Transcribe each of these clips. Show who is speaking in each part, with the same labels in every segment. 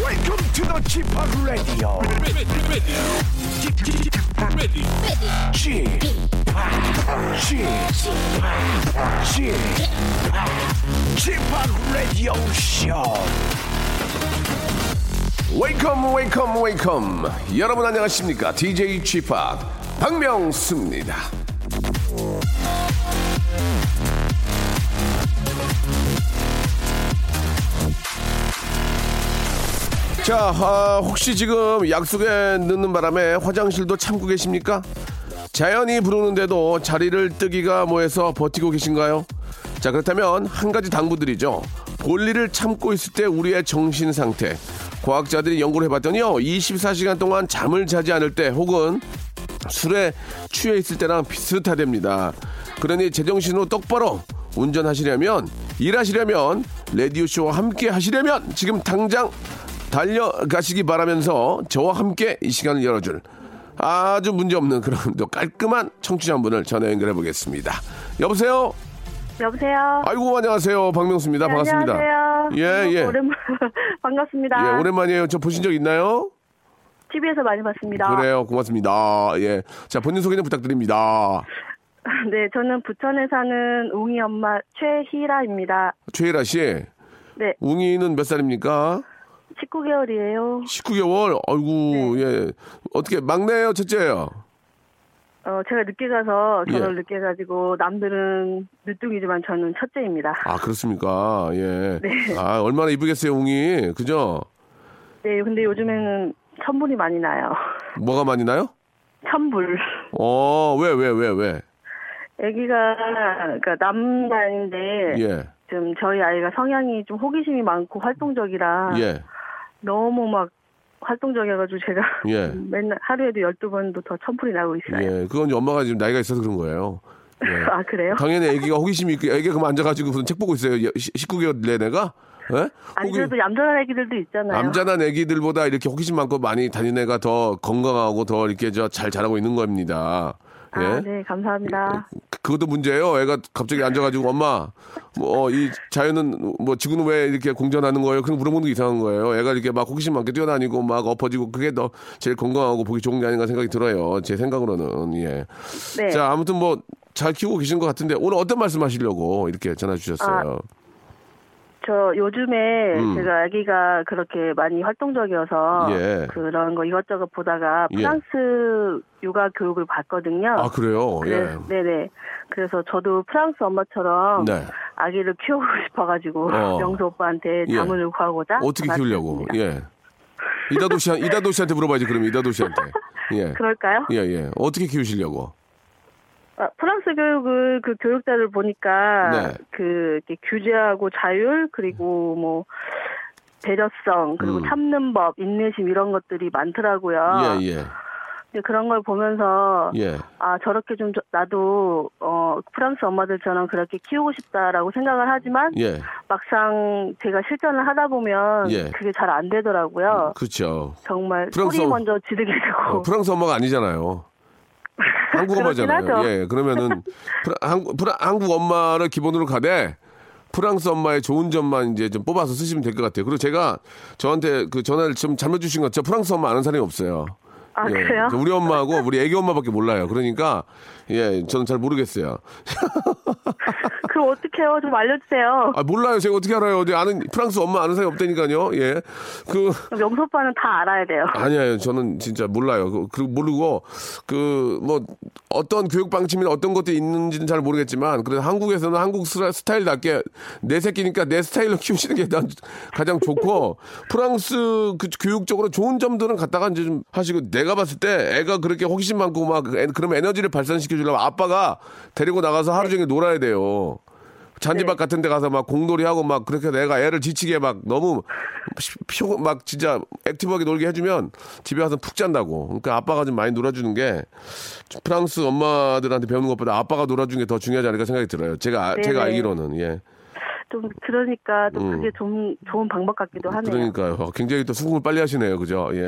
Speaker 1: Welcome to the Chip Radio. Chip Chip Radio Show.
Speaker 2: 웨이컴 웨이컴 웨이컴 여러분 안녕하십니까 DJ 지팍 박명수입니다 자 아, 혹시 지금 약속에 늦는 바람에 화장실도 참고 계십니까? 자연이 부르는데도 자리를 뜨기가 뭐해서 버티고 계신가요? 자 그렇다면 한 가지 당부드리죠. 볼일을 참고 있을 때 우리의 정신 상태. 과학자들이 연구를 해봤더니요, 24시간 동안 잠을 자지 않을 때 혹은 술에 취해 있을 때랑 비슷하답니다. 그러니 제정신으로 똑바로 운전하시려면, 일하시려면, 라디오쇼와 함께 하시려면 지금 당장 달려가시기 바라면서 저와 함께 이 시간을 열어줄 아주 문제없는 그런 또 깔끔한 청취자 한 분을 전화 연결해 보겠습니다. 여보세요?
Speaker 3: 여보세요.
Speaker 2: 아이고, 안녕하세요. 박명수입니다.
Speaker 3: 네,
Speaker 2: 반갑습니다.
Speaker 3: 안녕하세요.
Speaker 2: 예, 예.
Speaker 3: 오랜만 반갑습니다.
Speaker 2: 예, 오랜만이에요. 저 보신 적 있나요?
Speaker 3: TV에서 많이 봤습니다.
Speaker 2: 그래요. 고맙습니다. 예. 자, 본인 소개 좀 부탁드립니다.
Speaker 3: 네, 저는 부천에 사는 웅이 엄마 최희라입니다.
Speaker 2: 최일아 씨.
Speaker 3: 네,
Speaker 2: 웅이는 몇 살입니까?
Speaker 3: 19개월이에요.
Speaker 2: 19개월. 아이고,
Speaker 3: 네.
Speaker 2: 예. 어떻게 막내예요, 첫째예요?
Speaker 3: 어, 제가 늦게 가서
Speaker 2: 예.
Speaker 3: 저를 늦게 가지고 남들은 늦둥이지만 저는 첫째입니다.
Speaker 2: 아, 그렇습니까? 예. 아, 얼마나 이쁘겠어요, 웅이. 그죠?
Speaker 3: 네, 근데 요즘에는 천불이 많이 나요.
Speaker 2: 뭐가 많이 나요?
Speaker 3: 천불.
Speaker 2: 어, 왜, 왜, 왜, 왜?
Speaker 3: 아기가 그러니까 남자인데
Speaker 2: 예.
Speaker 3: 지금 저희 아이가 성향이 좀 호기심이 많고 활동적이라
Speaker 2: 예.
Speaker 3: 너무 막 활동적이어가지고 제가
Speaker 2: 예.
Speaker 3: 맨날 하루에도 12번도 더 천풀이 나고 있어요.
Speaker 2: 예. 그건 이제 엄마가 지금 나이가 있어서 그런 거예요. 예.
Speaker 3: 아 그래요?
Speaker 2: 당연히 애기가 호기심이 있고, 애기가 그만 앉아가지고 무슨 책 보고 있어요. 19개월 내내가? 예?
Speaker 3: 아니
Speaker 2: 호기-
Speaker 3: 그래도 얌전한 애기들도 있잖아요.
Speaker 2: 남자나 애기들보다 이렇게 호기심 많고 많이 다닌 애가 더 건강하고 더 이렇게 저 잘 자라고 있는 겁니다. 예.
Speaker 3: 아, 네 감사합니다.
Speaker 2: 그- 그것도 문제예요. 애가
Speaker 3: 네.
Speaker 2: 갑자기 앉아가지고 엄마, 뭐 이 자연은 뭐 지구는 왜 이렇게 공전하는 거예요? 그런 물어보는 게 이상한 거예요. 애가 이렇게 막 호기심 많게 뛰어다니고 막 엎어지고 그게 더 제일 건강하고 보기 좋은 게 아닌가 생각이 들어요. 제 생각으로는 예.
Speaker 3: 네.
Speaker 2: 자 아무튼 뭐 잘 키우고 계신 것 같은데 오늘 어떤 말씀하시려고 이렇게 전화 주셨어요.
Speaker 3: 저 요즘에
Speaker 2: 음.
Speaker 3: 제가 아기가 그렇게 많이 활동적이어서
Speaker 2: 예.
Speaker 3: 그런 거 이것저것 보다가
Speaker 2: 예.
Speaker 3: 프랑스 요가 교육을 받거든요.
Speaker 2: 아 그래요. 예.
Speaker 3: 그래- 네네. 그래서 저도 프랑스 엄마처럼
Speaker 2: 네.
Speaker 3: 아기를 키우고 싶어가지고
Speaker 2: 어.
Speaker 3: 영수 오빠한테
Speaker 2: 예.
Speaker 3: 자문을 구하고자
Speaker 2: 어떻게 키우려고?
Speaker 3: 전화드렸습니다.
Speaker 2: 예. 이다도시 한 이다도시한테 물어봐야지 그러면 이다도시한테. 예.
Speaker 3: 그럴까요?
Speaker 2: 예, 예. 어떻게 키우시려고?
Speaker 3: 아, 프랑스 교육을 그 교육자를 보니까
Speaker 2: 네.
Speaker 3: 그 이렇게 규제하고 자율 그리고 뭐 배려성 그리고
Speaker 2: 음.
Speaker 3: 참는 법 인내심 이런 것들이 많더라고요.
Speaker 2: 예, 예.
Speaker 3: 근데 그런 걸 보면서
Speaker 2: 예.
Speaker 3: 아 저렇게 좀 저- 나도 어 프랑스 엄마들처럼 그렇게 키우고 싶다라고 생각을 하지만
Speaker 2: 예.
Speaker 3: 막상 제가 실전을 하다 보면
Speaker 2: 예.
Speaker 3: 그게 잘 안 되더라고요.
Speaker 2: 그렇죠.
Speaker 3: 정말
Speaker 2: 프랑스
Speaker 3: 소리
Speaker 2: 엄-
Speaker 3: 먼저 지르게 되고
Speaker 2: 어, 프랑스 엄마가 아니잖아요. 한국
Speaker 3: 그렇긴
Speaker 2: 엄마잖아요.
Speaker 3: 하죠.
Speaker 2: 예. 그러면은 프라, 한국 프라, 한국 엄마를 기본으로 가되 프랑스 엄마의 좋은 점만 이제 좀 뽑아서 쓰시면 될 것 같아요. 그리고 제가 저한테 그 전화를 좀 잘못 주신 것 같죠. 프랑스 엄마 아는 사람이 없어요. 예.
Speaker 3: 아, 그래요?
Speaker 2: 우리 엄마하고 우리 애기 엄마밖에 몰라요. 그러니까 예, 저는 잘 모르겠어요.
Speaker 3: 그럼 어떡해요? 좀 알려주세요.
Speaker 2: 아 몰라요. 제가 어떻게 알아요? 어디 아는 프랑스 엄마 아는 사람이 없다니까요. 예, 그
Speaker 3: 명수 오빠는 다 알아야 돼요.
Speaker 2: 아니에요. 저는 진짜 몰라요. 그- 그리고 모르고 그 뭐 어떤 교육 방침이나 어떤 것도 있는지는 잘 모르겠지만 그래도 한국에서는 한국 스라- 스타일답게 내 새끼니까 내 스타일로 키우시는 게 난 가장 좋고 프랑스 그 교육적으로 좋은 점들은 갖다가 이제 좀 하시고 내가 봤을 때 애가 그렇게 호기심 많고 막 그 에- 그런 에너지를 발산시켜 주려면 아빠가 데리고 나가서 하루 종일 놀아야 돼요.
Speaker 3: 네.
Speaker 2: 잔디밭 같은 데 가서 막 공놀이 하고 막 그렇게 내가 애를 지치게 막 너무 피- 피고 막 진짜 액티브하게 놀게 해주면 집에 와서 푹 잔다고. 그러니까 아빠가 좀 많이 놀아주는 게좀 프랑스 엄마들한테 배우는 것보다 아빠가 놀아주는 게 더 중요하지 않을까 생각이 들어요. 제가 아- 제가
Speaker 3: 네네.
Speaker 2: 알기로는 예.
Speaker 3: 좀 그러니까 또 그게 좀 좋은 방법 같기도 하네요.
Speaker 2: 음. 그러니까요. 어, 굉장히 또 수긍을 빨리 하시네요. 그죠? 예.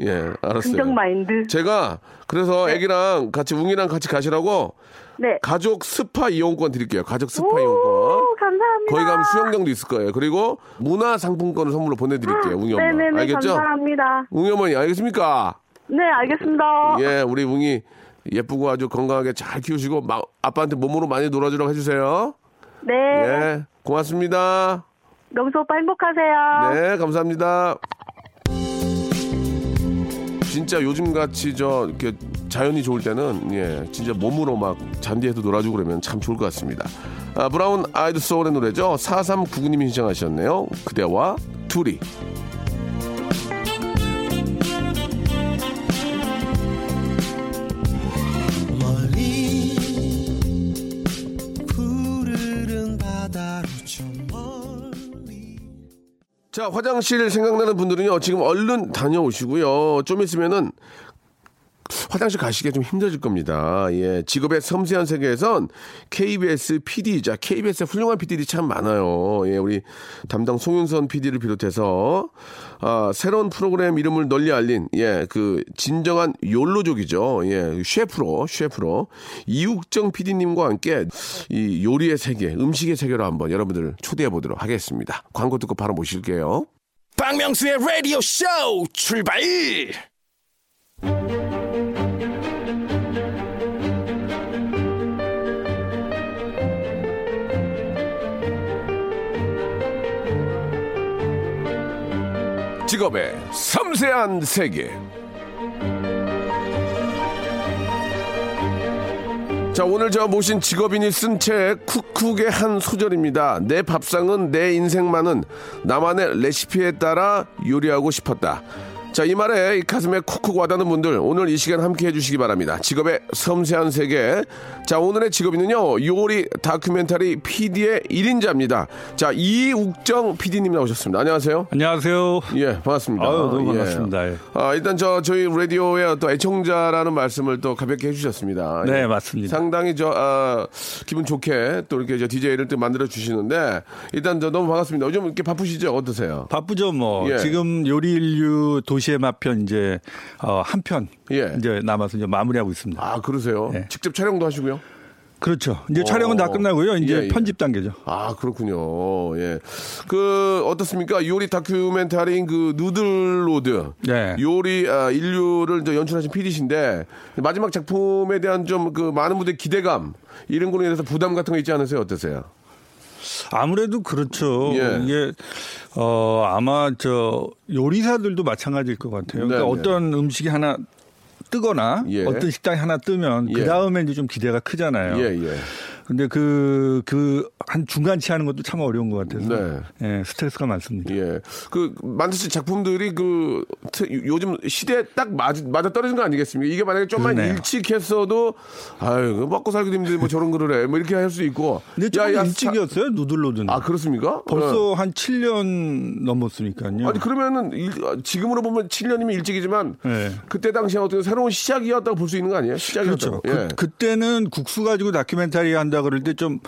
Speaker 2: 예. 알았어요.
Speaker 3: 긍정 마인드.
Speaker 2: 제가 그래서 애기랑 같이 웅이랑 같이 가시라고
Speaker 3: 네.
Speaker 2: 가족 스파 이용권 드릴게요. 가족 스파 이용권.
Speaker 3: 오, 감사합니다.
Speaker 2: 거기 가면 수영장도 있을 거예요. 그리고 문화 상품권을 선물로 보내드릴게요. 웅이 엄마.
Speaker 3: 네네네,
Speaker 2: 알겠죠?
Speaker 3: 감사합니다.
Speaker 2: 웅이 어머니 알겠습니까?
Speaker 3: 네, 알겠습니다.
Speaker 2: 예, 우리 웅이 예쁘고 아주 건강하게 잘 키우시고 마- 아빠한테 몸으로 많이 놀아주라고 해주세요.
Speaker 3: 네.
Speaker 2: 예, 고맙습니다.
Speaker 3: 명수 오빠 행복하세요.
Speaker 2: 네, 감사합니다. 진짜 요즘 같이 저 이렇게 자연이 좋을 때는 예, 진짜 몸으로 막 잔디에도 놀아주고 그러면 참 좋을 것 같습니다. 아, 브라운 아이드 소울의 노래죠. 4399님이 신청하셨네요. 그대와 둘이.
Speaker 4: 멀리 푸르른 바다로 저 멀리
Speaker 2: 자, 화장실 생각나는 분들은요, 지금 얼른 다녀오시고요. 좀 있으면은 화장실 가시기가 좀 힘들어질 겁니다. 예. 직업의 섬세한 세계에선 KBS PD이자 KBS의 훌륭한 PD들이 참 많아요. 예. 우리 담당 송윤선 PD를 비롯해서, 아, 새로운 프로그램 이름을 널리 알린, 예. 그, 진정한 욜로족이죠. 예. 셰프로, 셰프로. 이욱정 PD님과 함께 이 요리의 세계, 음식의 세계로 한번 여러분들을 초대해 보도록 하겠습니다. 광고 듣고 바로 모실게요.
Speaker 1: 박명수의 라디오 쇼 출발
Speaker 2: 직업의 섬세한 세계. 자, 오늘 제가 모신 직업인이 쓴 책 쿡쿡의 한 소절입니다. 내 밥상은 내 인생만은 나만의 레시피에 따라 요리하고 싶었다. 자, 이 말에 이 가슴에 쿡쿡 와닿는 분들 오늘 이 시간 함께 해주시기 바랍니다. 직업의 섬세한 세계. 자, 오늘의 직업인은요, 요리 다큐멘터리 PD의 1인자입니다. 자, 이욱정 PD님 나오셨습니다. 안녕하세요.
Speaker 5: 안녕하세요.
Speaker 2: 예, 반갑습니다.
Speaker 5: 아유, 너무
Speaker 2: 예.
Speaker 5: 반갑습니다. 예.
Speaker 2: 아, 일단 저 저희 라디오의 또 애청자라는 말씀을 또 가볍게 해주셨습니다.
Speaker 5: 네,
Speaker 2: 예.
Speaker 5: 맞습니다.
Speaker 2: 상당히 저 아, 기분 좋게 또 이렇게 저 DJ를 또 만들어 주시는데 일단 저 너무 반갑습니다. 요즘 이렇게 바쁘시죠? 어떠세요?
Speaker 5: 바쁘죠, 뭐.
Speaker 2: 예.
Speaker 5: 지금 요리 인류 도시의 맛편 이제 어, 한편
Speaker 2: 예.
Speaker 5: 이제 남아서 이제 마무리하고 있습니다.
Speaker 2: 아, 그러세요?
Speaker 5: 예.
Speaker 2: 직접 촬영도 하시고요?
Speaker 5: 그렇죠. 이제
Speaker 2: 어.
Speaker 5: 촬영은 다 끝나고요. 이제
Speaker 2: 예, 예.
Speaker 5: 편집 단계죠.
Speaker 2: 아, 그렇군요. 예. 그 어떻습니까? 요리 다큐멘터리인 그 누들로드.
Speaker 5: 네.
Speaker 2: 요리 아, 인류를 이제 연출하신 PD신데 마지막 작품에 대한 좀 그 많은 분들 의 기대감 이런 거에 대해서 부담 같은 거 있지 않으세요? 어떠세요?
Speaker 5: 아무래도 그렇죠.
Speaker 2: 예.
Speaker 5: 이게 어 아마 저 요리사들도 마찬가지일 것 같아요.
Speaker 2: 네,
Speaker 5: 그러니까
Speaker 2: 네.
Speaker 5: 어떤 음식이 하나 뜨거나
Speaker 2: 예.
Speaker 5: 어떤 식당이 하나 뜨면
Speaker 2: 예.
Speaker 5: 그 다음에 이제 좀 기대가 크잖아요.
Speaker 2: 예, 예.
Speaker 5: 근데 그, 그, 한 중간치 하는 것도 참 어려운 것 같아서.
Speaker 2: 네.
Speaker 5: 예, 스트레스가 많습니다.
Speaker 2: 예. 그 만드신 작품들이 그 트- 요즘 시대에 딱 맞, 맞아 떨어진 거 아니겠습니까? 이게 만약에 좀만
Speaker 5: 그러네요.
Speaker 2: 일찍 했어도 아유, 이거 먹고 살기 힘든데 뭐 저런 거를 해. 뭐 이렇게 할 수 있고.
Speaker 5: 근데 좀
Speaker 2: 야, 야,
Speaker 5: 일찍이었어요, 누들로드는.
Speaker 2: 아, 그렇습니까?
Speaker 5: 벌써 한 7년 넘었으니까요.
Speaker 2: 아니 그러면은 일- 아, 지금으로 보면 7년이면 일찍이지만
Speaker 5: 네.
Speaker 2: 그때 당시에 어떻게 새로운 시작이었다고 볼 수 있는 거 아니에요? 예.
Speaker 5: 그렇죠.
Speaker 2: 시작이었죠.
Speaker 5: 그, 때는 국수 가지고 다큐멘터리 한다 그럴 때 좀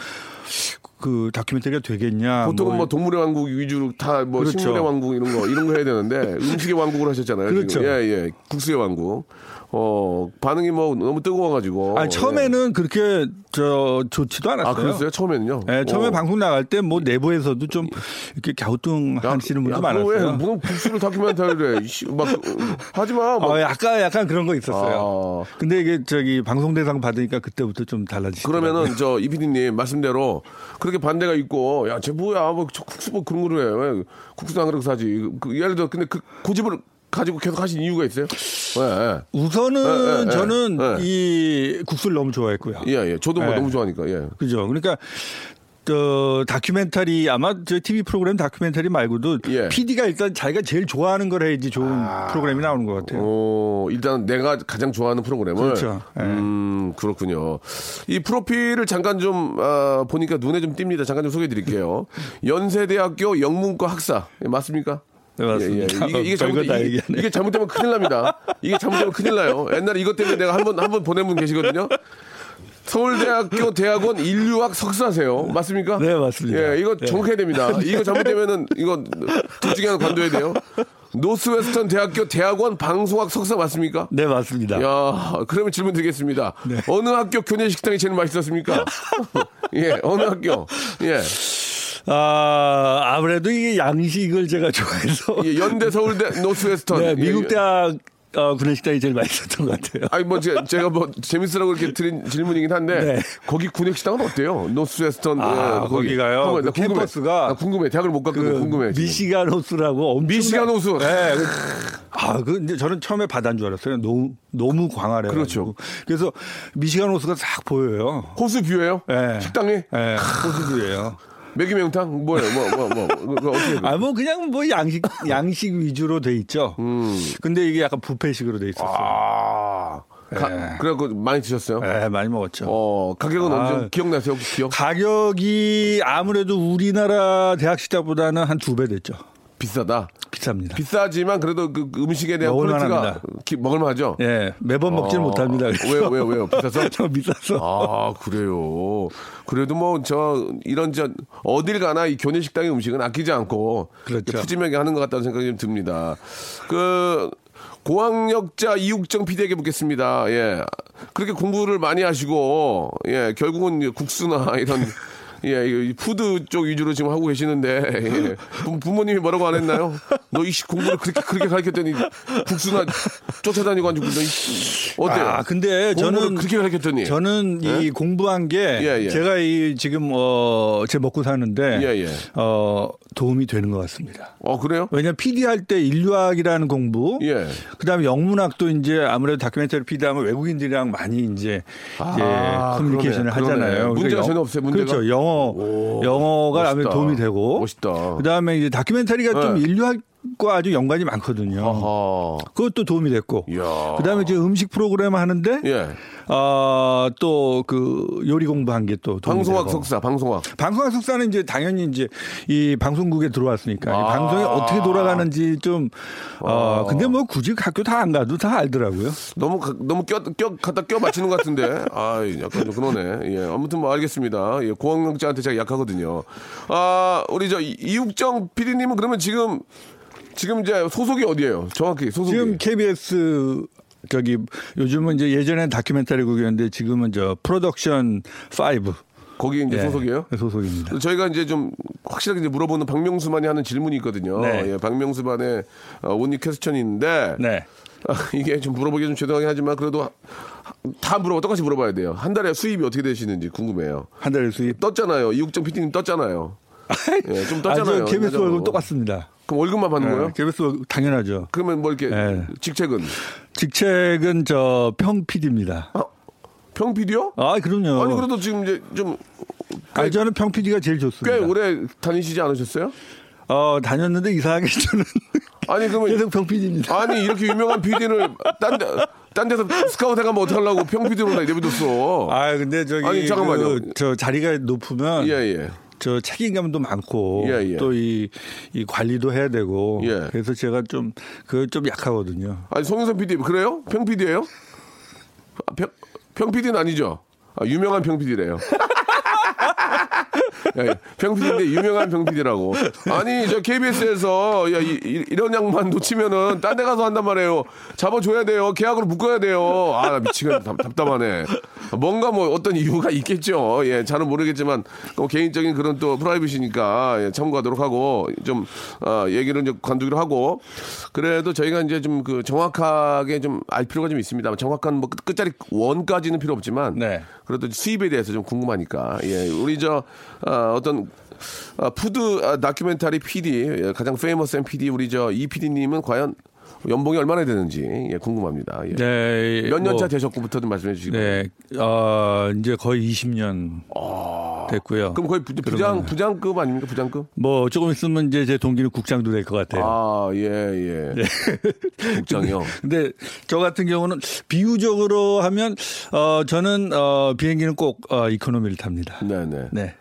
Speaker 5: 그 다큐멘터리가 되겠냐.
Speaker 2: 보통은 뭐 동물의 왕국 위주로 다 뭐
Speaker 5: 아, 그렇죠.
Speaker 2: 식물의 왕국 이런 거 이런 거 해야 되는데 음식의 왕국을 하셨잖아요.
Speaker 5: 그렇죠.
Speaker 2: 예예. 국수의 왕국. 어 반응이 뭐 너무 뜨거워가지고.
Speaker 5: 아니, 처음에는 그렇게 저 좋지도
Speaker 2: 예.
Speaker 5: 않았어요.
Speaker 2: 아 그랬어요 처음에는요.
Speaker 5: 예, 처음에
Speaker 2: 어.
Speaker 5: 방송 나갈 때 뭐 내부에서도 좀 이렇게
Speaker 2: 야,
Speaker 5: 갸우뚱하시는 분도
Speaker 2: 야, 그거
Speaker 5: 많았어요.
Speaker 2: 왜, 뭐 국수를 다큐멘터리를 해. 씨, 막 어, 하지 마. 막.
Speaker 5: 어, 약간 약간 그런 거 있었어요.
Speaker 2: 아.
Speaker 5: 근데 이게 저기 방송 대상 받으니까 그때부터 좀 달라지죠.
Speaker 2: 그러면은 저 이피디님 말씀대로 그렇게 반대가 있고 야쟤 뭐야 뭐저 국수 뭐 그런 거를 해. 왜 국수 한 그릇 사지. 그, 예를 들어 근데 그 고집을 가지고 계속 하신 이유가 있어요? 예, 예.
Speaker 5: 우선은
Speaker 2: 예, 예,
Speaker 5: 저는
Speaker 2: 예.
Speaker 5: 이 국수를 너무 좋아했고요.
Speaker 2: 예, 예. 저도 뭐
Speaker 5: 예.
Speaker 2: 너무 좋아하니까. 예.
Speaker 5: 그죠. 그러니까 저 다큐멘터리 아마 저 TV 프로그램 다큐멘터리 말고도
Speaker 2: 예.
Speaker 5: PD가 일단 자기가 제일 좋아하는 걸 해야지 좋은 프로그램이 나오는 것 같아요.
Speaker 2: 어, 일단 내가 가장 좋아하는 프로그램을.
Speaker 5: 그렇죠. 예.
Speaker 2: 음, 그렇군요. 이 프로필을 잠깐 좀, 아, 보니까 눈에 좀 띕니다. 잠깐 좀 소개해 드릴게요. 연세대학교 영문과 학사. 예, 맞습니까? 예,
Speaker 5: 네, 맞습니다.
Speaker 2: 이게, 이게
Speaker 5: 어,
Speaker 2: 잘못,
Speaker 5: 별거 다
Speaker 2: 이게,
Speaker 5: 얘기하네.
Speaker 2: 이게 잘못되면 큰일 납니다. 이게 잘못되면 큰일 나요. 옛날에 이것 때문에 내가 한 번, 한 번 보낸 분 계시거든요. 서울대학교 대학원 인류학 석사세요. 맞습니까?
Speaker 5: 네, 맞습니다.
Speaker 2: 예, 이거
Speaker 5: 네.
Speaker 2: 정확해야 됩니다. 이거 잘못되면은 이거 둘 중에 하나 관둬야 돼요. 노스웨스턴 대학교 대학원 방송학 석사 맞습니까?
Speaker 5: 네 맞습니다.
Speaker 2: 야, 그러면 질문 드리겠습니다.
Speaker 5: 네.
Speaker 2: 어느 학교 교내 식당이 제일 맛있었습니까? 예, 어느 학교? 예,
Speaker 5: 아 아무래도 이게 양식을 제가 좋아해서
Speaker 2: 예, 연대, 서울대, 노스웨스턴.
Speaker 5: 네,
Speaker 2: 예, 예.
Speaker 5: 미국 대학 어, 구내식당이 제일 맛있었던 것 같아요.
Speaker 2: 아니 뭐 제가, 제가 뭐 재밌으라고 이렇게 드린 질문이긴 한데
Speaker 5: 네.
Speaker 2: 거기 군액식당은 어때요? 노스웨스턴
Speaker 5: 아,
Speaker 2: 예,
Speaker 5: 거기가요?
Speaker 2: 한번 나
Speaker 5: 그
Speaker 2: 궁금해.
Speaker 5: 캠퍼스가
Speaker 2: 나 궁금해. 대학을 못
Speaker 5: 그
Speaker 2: 갔거든. 궁금해. 지금.
Speaker 5: 미시간 호수라고 엄청
Speaker 2: 미시간 호수.
Speaker 5: 네. 아, 그 근데 저는 처음에 바다인 줄 알았어요. 너무 너무 광활해.
Speaker 2: 그렇죠.
Speaker 5: 그래서 미시간 호수가 싹 보여요.
Speaker 2: 호수 뷰예요?
Speaker 5: 예.
Speaker 2: 식당이?
Speaker 5: 예, 호수도예요.
Speaker 2: 매기 매운탕 뭐예요? 뭐 뭐 뭐 어떻게?
Speaker 5: 아, 뭐 그냥 뭐 양식 양식 위주로 돼 있죠.
Speaker 2: 음.
Speaker 5: 근데 이게 약간 뷔페식으로 돼 있었어요.
Speaker 2: 아, 가- 그래갖고 많이 드셨어요?
Speaker 5: 예, 많이 먹었죠.
Speaker 2: 아. 어, 가격은
Speaker 5: 아.
Speaker 2: 어느 정도 기억나세요? 혹시 기억?
Speaker 5: 가격이 아무래도 우리나라 대학 식당보다는 한 두 배 됐죠.
Speaker 2: 비싸다.
Speaker 5: 비쌉니다.
Speaker 2: 비싸지만 그래도 그 음식에 대한
Speaker 5: 아. 먹을
Speaker 2: 퀄리티가
Speaker 5: 만합니다.
Speaker 2: 기- 먹을만하죠.
Speaker 5: 예, 매번 먹지는
Speaker 2: 어,
Speaker 5: 못합니다. 그래서.
Speaker 2: 왜요, 왜요, 왜요? 비싸서?
Speaker 5: 너무 비싸서.
Speaker 2: 아 그래요. 그래도 뭐 저 이런 저 어딜 가나 이 교내 식당의 음식은 아끼지 않고
Speaker 5: 그렇죠.
Speaker 2: 푸짐하게 하는 것 같다는 생각이 좀 듭니다. 그 고학력자 이욱정 PD에게 묻겠습니다. 예, 그렇게 공부를 많이 하시고 예 결국은 이제 국수나 이런 예, 이 푸드 쪽 위주로 지금 하고 계시는데 예. 부- 부모님이 뭐라고 안 했나요? 너 이 공부를 그렇게 그렇게 가르쳤더니 국수나 쫓아다니고 앉고 너 이- 어때요?
Speaker 5: 아, 근데
Speaker 2: 공부를
Speaker 5: 저는
Speaker 2: 그렇게 가르쳤더니
Speaker 5: 저는 이 공부한 게
Speaker 2: 예, 예.
Speaker 5: 제가 이 지금 어제 먹고 사는데
Speaker 2: 예, 예.
Speaker 5: 어 도움이 되는 것 같습니다.
Speaker 2: 어 그래요?
Speaker 5: 왜냐 PD 할 때 인류학이라는 공부,
Speaker 2: 예.
Speaker 5: 그다음에 영문학도 이제 아무래도 다큐멘터리 PD 하면 외국인들이랑 많이 이제, 이제
Speaker 2: 아,
Speaker 5: 커뮤니케이션을
Speaker 2: 그러네, 그러네.
Speaker 5: 하잖아요. 그러니까
Speaker 2: 문제가
Speaker 5: 영-
Speaker 2: 전혀 없어요, 문제가?
Speaker 5: 그렇죠. 영어 영어가 아무래도
Speaker 2: 멋있다.
Speaker 5: 도움이 되고,
Speaker 2: 멋있다.
Speaker 5: 그다음에 이제 다큐멘터리가 좀
Speaker 2: 예.
Speaker 5: 인류학과 아주 연관이 많거든요.
Speaker 2: 아,
Speaker 5: 그것도 도움이 됐고,
Speaker 2: 이야.
Speaker 5: 그다음에 이제 음식 프로그램 하는데
Speaker 2: 예.
Speaker 5: 아, 또 그 요리 공부한 게 또
Speaker 2: 방송학 석사, 방송학.
Speaker 5: 방송학 석사는 이제 당연히 이제 이 방송국에 들어왔으니까 이 방송이 어떻게 돌아가는지 좀 어, 근데 뭐 굳이 학교 다 안 가도 다 알더라고요.
Speaker 2: 너무 가- 너무 껴, 껴 갖다 껴 맞히는 것 같은데. 아, 약간 좀 그러네. 예, 아무튼 뭐 알겠습니다. 예, 고학력자한테 제가 약하거든요. 아, 우리 저 이- 이육정 PD님은 그러면 지금 지금 이제 소속이 어디예요? 정확히 소속이.
Speaker 5: 지금 KBS 저기 요즘은 이제 예전엔 다큐멘터리국이었는데 지금은 저 프로덕션 5
Speaker 2: 거기 이제
Speaker 5: 예,
Speaker 2: 네, 소속이에요?
Speaker 5: 소속입니다.
Speaker 2: 저희가 이제 좀 확실하게 이제 물어보는 박명수만이 하는 질문이 있거든요.
Speaker 5: 네.
Speaker 2: 예, 박명수만의 어, 온리 퀘스천이 있는데
Speaker 5: 네.
Speaker 2: 아, 이게 좀 물어보기 좀 죄송하긴 하지만 그래도 하- 다 물어봐 똑같이 물어봐야 돼요. 한 달에 수입이 어떻게 되시는지 궁금해요.
Speaker 5: 한 달에 수입
Speaker 2: 떴잖아요. 이국정 PD님 떴잖아요. 예, 좀
Speaker 5: 아,
Speaker 2: 떴잖아요.
Speaker 5: 저 KBS 월급
Speaker 2: 옛날하고.
Speaker 5: 똑같습니다.
Speaker 2: 그럼 월급만 받는 거예요?
Speaker 5: 네, KBS 월급 당연하죠.
Speaker 2: 그러면 뭐 이렇게
Speaker 5: 네.
Speaker 2: 직책은
Speaker 5: 직책은 저 평PD입니다.
Speaker 2: 평 PD요?
Speaker 5: 아, 그럼요.
Speaker 2: 아니 그래도 지금 이제 좀 꽤
Speaker 5: 아니, 저는 평PD가 제일 좋습니다.
Speaker 2: 오래 다니시지 않으셨어요?
Speaker 5: 어, 다녔는데 이상하게 저는
Speaker 2: 아니 그러면
Speaker 5: 계속 평PD입니다.
Speaker 2: 어, 아니 이렇게 유명한 PD를 딴, 데, 딴 데서 스카우트 가면 어떡하려고 평 PD로 나 내버렸어.
Speaker 5: 아, 근데 저기
Speaker 2: 아니, 잠깐만요.
Speaker 5: 그, 저 자리가 높으면
Speaker 2: 예 예.
Speaker 5: 저 책임감도 많고
Speaker 2: 예, 예.
Speaker 5: 또 이 이 관리도 해야 되고
Speaker 2: 예.
Speaker 5: 그래서 제가 좀 그 좀 약하거든요.
Speaker 2: 아니 송윤선 PD 그래요? 평 PD예요? 아, 평 PD는 아니죠. 아, 유명한 평 PD래요. 병피디인데 유명한 병피디라고. 아니 저 KBS에서 야, 이, 이- 이런 양만 놓치면은 딴 데 가서 한단 말이에요. 잡아줘야 돼요. 계약으로 묶어야 돼요. 아나 미치겠네. 답, 답답하네. 뭔가 뭐 어떤 이유가 있겠죠. 예, 잘은 모르겠지만 그 개인적인 그런 또 프라이빗이니까 예, 참고하도록 하고 좀 아, 얘기를 이제 관두기로 하고 그래도 저희가 이제 좀 그 정확하게 좀 알 필요가 좀 있습니다. 정확한 뭐 끝- 끝자리 원까지는 필요 없지만
Speaker 5: 네.
Speaker 2: 그래도 수입에 대해서 좀 궁금하니까 예 우리 저 아, 어떤 아, 푸드 아, 다큐멘터리 PD 예, 가장 페이머스한 PD 우리 저 이 PD님은 과연 연봉이 얼마나 되는지 예, 궁금합니다. 예.
Speaker 5: 네,
Speaker 2: 몇 년 차
Speaker 5: 뭐,
Speaker 2: 되셨고부터 좀 말씀해 주시고 요
Speaker 5: 네, 어, 이제 거의 20년 됐고요.
Speaker 2: 아. 그럼 거의 부, 장 부장급 아닙니까 부장급?
Speaker 5: 뭐 조금 있으면 이제 제 동기는 국장도 될 것 같아요.
Speaker 2: 아 예 예.
Speaker 5: 네.
Speaker 2: 국장이요.
Speaker 5: 근데 저 같은 경우는 비유적으로 하면 어 저는 어 비행기는 꼭 어, 이코노미를 탑니다.
Speaker 2: 네네.
Speaker 5: 네.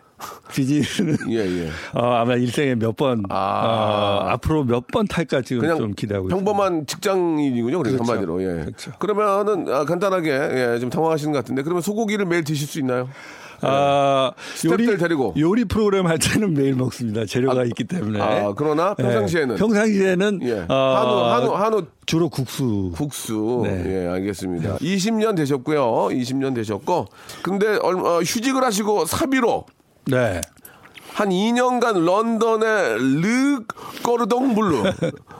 Speaker 5: 비즈니스는
Speaker 2: 예 예.
Speaker 5: 어, 아마 일생에 몇 번
Speaker 2: 아.
Speaker 5: 어, 앞으로 몇 번 탈까 지금
Speaker 2: 그냥
Speaker 5: 좀 기대하고
Speaker 2: 평범한 직장인이군요. 그래서 한마디로 예.
Speaker 5: 그렇죠.
Speaker 2: 그러면은 아, 간단하게 예, 좀 당황하시는 것 같은데 그러면 소고기를 매일 드실 수 있나요?
Speaker 5: 있습니다. 아,
Speaker 2: 스태프들 데리고.
Speaker 5: 요리 프로그램 할 때는 매일 먹습니다. 재료가 있기 때문에.
Speaker 2: 아, 그러나
Speaker 5: 예.
Speaker 2: 평상시에는?
Speaker 5: 평상시에는
Speaker 2: 예.
Speaker 5: 어,
Speaker 2: 한우 한우 한우
Speaker 5: 주로 국수.
Speaker 2: 국수.
Speaker 5: 네.
Speaker 2: 예, 알겠습니다. 20년 되셨고요. 20년 되셨고. 근데 얼마- 어, 휴직을 하시고 사비로
Speaker 5: 네.
Speaker 2: 한 2년간 런던의 르 꼬르동 블루.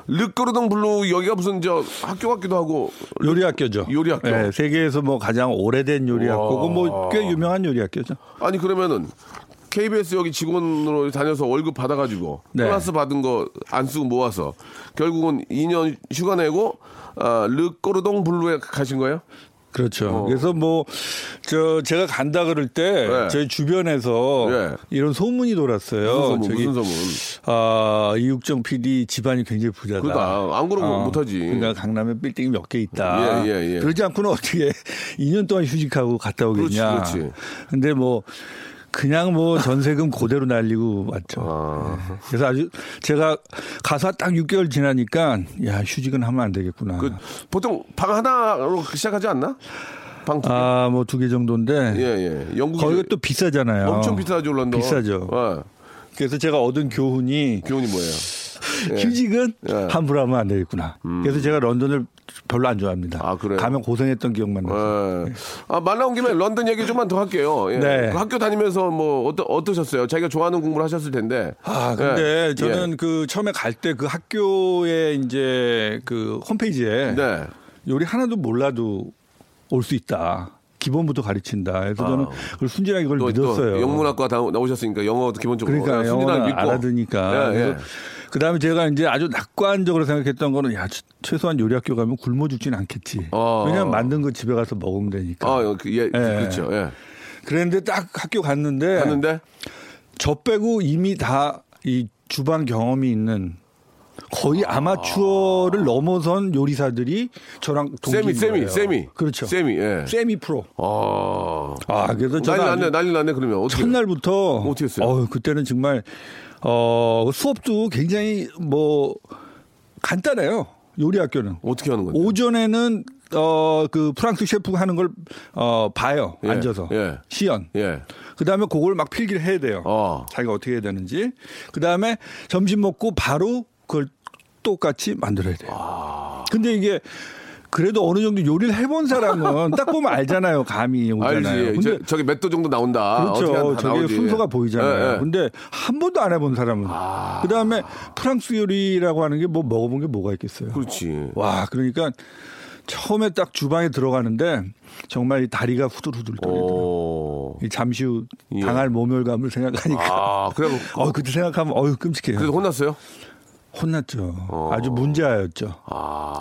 Speaker 2: 르 꼬르동 블루 여기가 무슨 저 학교 같기도 하고
Speaker 5: 요리학교죠.
Speaker 2: 요리학교.
Speaker 5: 네, 세계에서 뭐 가장 오래된 요리학교고 뭐 꽤 유명한 요리학교죠.
Speaker 2: 아니 그러면은 KBS 여기 직원으로 다녀서 월급 받아가지고
Speaker 5: 네.
Speaker 2: 플러스 받은 거 안 쓰고 모아서 결국은 2년 휴가 내고 아, 르 꼬르동 블루에 가신 거예요?
Speaker 5: 그렇죠. 그래서 뭐 저 제가 간다 그럴 때
Speaker 2: 어. 네.
Speaker 5: 저희 주변에서
Speaker 2: 예.
Speaker 5: 이런 소문이 돌았어요.
Speaker 2: 무슨 소문, 무슨 소문?
Speaker 5: 아 이육정 PD 집안이 굉장히 부자다.
Speaker 2: 그러다. 안 그러면 못하지.
Speaker 5: 그러니까 강남에 빌딩이 몇 개 있다.
Speaker 2: 예, 예, 예.
Speaker 5: 그러지 않고는 어떻게 2년 동안 휴직하고 갔다 오겠냐.
Speaker 2: 그렇지, 그렇지.
Speaker 5: 근데 뭐 그냥 뭐 전세금 그대로 날리고 왔죠. 네. 그래서 아주 제가 가서 딱 6개월 지나니까 야 휴직은 하면 안 되겠구나.
Speaker 2: 그 보통 방 하나로 시작하지 않나? 방 두 개.
Speaker 5: 아 뭐 두 개 정도인데
Speaker 2: 예, 예. 영국
Speaker 5: 거기가 또 비싸잖아요.
Speaker 2: 엄청 비싸죠, 런던.
Speaker 5: 비싸죠.
Speaker 2: 예.
Speaker 5: 그래서 제가 얻은 교훈이
Speaker 2: 교훈이 그, 뭐예요?
Speaker 5: 휴직은
Speaker 2: 예. 음.
Speaker 5: 함부로 하면 안 되겠구나. 그래서 제가 런던을 별로 안 좋아합니다.
Speaker 2: 아, 그래요?
Speaker 5: 가면 고생했던 기억만 나요.
Speaker 2: 예. 아, 말 나온 김에 런던 얘기 좀만 더 할게요. 예.
Speaker 5: 네.
Speaker 2: 그 학교 다니면서 뭐 어떠, 어떠셨어요? 자기가 좋아하는 공부를 하셨을 텐데.
Speaker 5: 아, 근데
Speaker 2: 예.
Speaker 5: 저는 그 처음에 갈 때 그 학교에 이제 그 홈페이지에
Speaker 2: 예. 네.
Speaker 5: 요리 하나도 몰라도 올 수 있다. 기본부터 가르친다. 그래서 저는 그걸 순진하게 그걸
Speaker 2: 아. 또,
Speaker 5: 믿었어요.
Speaker 2: 또 영문학과 다 나오셨으니까 영어도 기본적으로
Speaker 5: 그러니까
Speaker 2: 예,
Speaker 5: 영어를
Speaker 2: 순진하게 믿고.
Speaker 5: 알아듣니까.
Speaker 2: 예, 예.
Speaker 5: 그래서 그다음에 제가 이제 아주 낙관적으로 생각했던 거는 야 최- 최소한 요리학교 가면 굶어 죽진 않겠지.
Speaker 2: 어.
Speaker 5: 왜냐면 만든 거 집에 가서 먹으면 되니까.
Speaker 2: 아, 그, 예, 그렇죠. 예.
Speaker 5: 그랬는데 딱 학교 갔는데
Speaker 2: 갔는데
Speaker 5: 저 빼고 이미 다 이 주방 경험이 있는 거의
Speaker 2: 아.
Speaker 5: 아마추어를 넘어선 요리사들이 저랑 동기인
Speaker 2: 세미 세미
Speaker 5: 거예요.
Speaker 2: 세미.
Speaker 5: 그렇죠.
Speaker 2: 세미. 예.
Speaker 5: 세미 프로.
Speaker 2: 아.
Speaker 5: 아 그래서
Speaker 2: 난리
Speaker 5: 저는
Speaker 2: 났네. 난리 났네. 그러면 어떻게?
Speaker 5: 첫날부터
Speaker 2: 어떻게 했어요?
Speaker 5: 어휴, 그때는 정말 어, 수업도 굉장히 뭐 간단해요. 요리 학교는.
Speaker 2: 어떻게 하는 건데?
Speaker 5: 오전에는 어, 그 프랑스 셰프가 하는 걸 어, 봐요.
Speaker 2: 예,
Speaker 5: 앉아서.
Speaker 2: 예.
Speaker 5: 시연.
Speaker 2: 예.
Speaker 5: 그다음에 그걸 막 필기를 해야 돼요.
Speaker 2: 어.
Speaker 5: 자기가 어떻게 해야 되는지. 그다음에 점심 먹고 바로 그걸 똑같이 만들어야 돼요.
Speaker 2: 아.
Speaker 5: 근데 이게 그래도 어느 정도 요리를 해본 사람은 딱 보면 알잖아요. 감이
Speaker 2: 알지.
Speaker 5: 오잖아요.
Speaker 2: 저, 저기 몇 도 정도 나온다. 아, 어떻게
Speaker 5: 그렇죠.
Speaker 2: 하나
Speaker 5: 저게
Speaker 2: 나오지.
Speaker 5: 순서가
Speaker 2: 예,
Speaker 5: 보이잖아요.
Speaker 2: 아. 예.
Speaker 5: 근데 한 번도 안 해본 사람은. 그 다음에 프랑스 요리라고 하는 게 뭐 먹어본 게 뭐가 있겠어요.
Speaker 2: 그렇지.
Speaker 5: 와, 그러니까 처음에 딱 주방에 들어가는데 정말 이 다리가 후들후들 거리더라고요.
Speaker 2: 오.
Speaker 5: 이 잠시 후
Speaker 2: 예.
Speaker 5: 당할 모멸감을 생각하니까.
Speaker 2: 어. 아, 그래서
Speaker 5: 어, 그때 생각하면 어유 끔찍해요.
Speaker 2: 그래서 어. 혼났어요?
Speaker 5: 혼났죠. 아주 문제아였죠.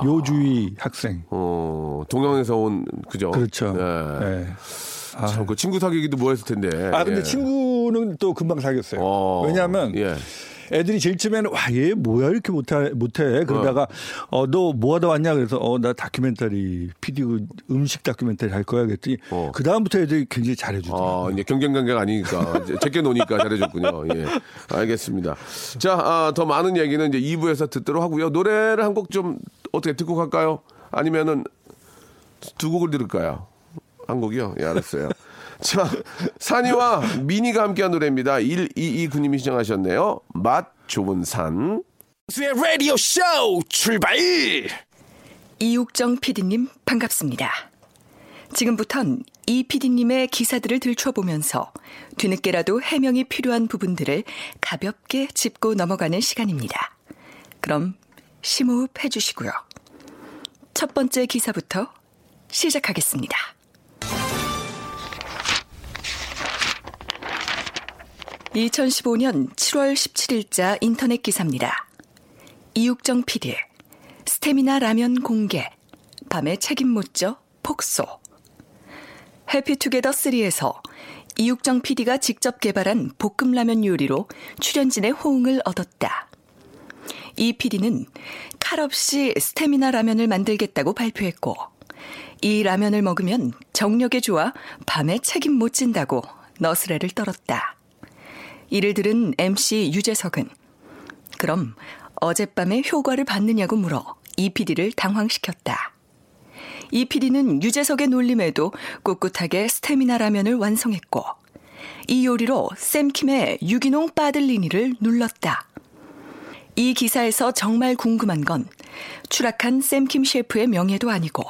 Speaker 5: 요주의 학생.
Speaker 2: 어, 동양에서 온 그죠?
Speaker 5: 그렇죠.
Speaker 2: 예.
Speaker 5: 예.
Speaker 2: 참, 그 친구 사귀기도 뭐 했을 텐데.
Speaker 5: 아 근데
Speaker 2: 예.
Speaker 5: 친구는 또 금방 사귀었어요.
Speaker 2: 어,
Speaker 5: 왜냐하면
Speaker 2: 예.
Speaker 5: 애들이 제일 처음에는 와 얘 뭐야 이렇게 못해 못해 그러다가 어 너 뭐하다 왔냐 그래서 어 나 다큐멘터리 PD 그 음식 다큐멘터리 할 거야 그랬더니
Speaker 2: 어.
Speaker 5: 그 다음부터 애들이 굉장히 잘해주더라고. 요
Speaker 2: 아, 이제 경쟁 관계가 아니니까 이제 제껴 놓으니까 잘해줬군요. 예, 알겠습니다. 자, 아, 더 많은 얘기는 이제 2부에서 듣도록 하고요. 노래를 한 곡 좀 어떻게 듣고 갈까요? 아니면은 두 곡을 들을까요? 한 곡이요? 예, 알았어요. 자, 산이와 미니가 함께한 노래입니다. 1229님이 신청하셨네요. 맛 좋은 산.
Speaker 1: 박명수의 라디오 쇼 출발!
Speaker 6: 이욱정 PD님 반갑습니다. 지금부턴 이 PD님의 기사들을 들춰보면서 뒤늦게라도 해명이 필요한 부분들을 가볍게 짚고 넘어가는 시간입니다. 그럼 심호흡 해주시고요. 첫 번째 기사부터 시작하겠습니다. (2015년 7월 17일자) 인터넷 기사입니다. 이육정 PD의 스테미나 라면 공개, 밤에 책임 묻죠 폭소. 해피투게더 3에서 이육정 PD가 직접 개발한 볶음 라면 요리로 출연진의 호응을 얻었다. 이 PD는 칼 없이 스테미나 라면을 만들겠다고 발표했고, 이 라면을 먹으면 정력에 좋아 밤에 책임 못 진다고 너스레를 떨었다. 이를 들은 MC 유재석은 그럼 어젯밤에 효과를 받느냐고 물어 이 PD를 당황시켰다. 이 PD는 유재석의 놀림에도 꿋꿋하게 스테미나 라면을 완성했고 이 요리로 샘킴의 유기농 빠들리니를 눌렀다. 이 기사에서 정말 궁금한 건 추락한 샘킴 셰프의 명예도 아니고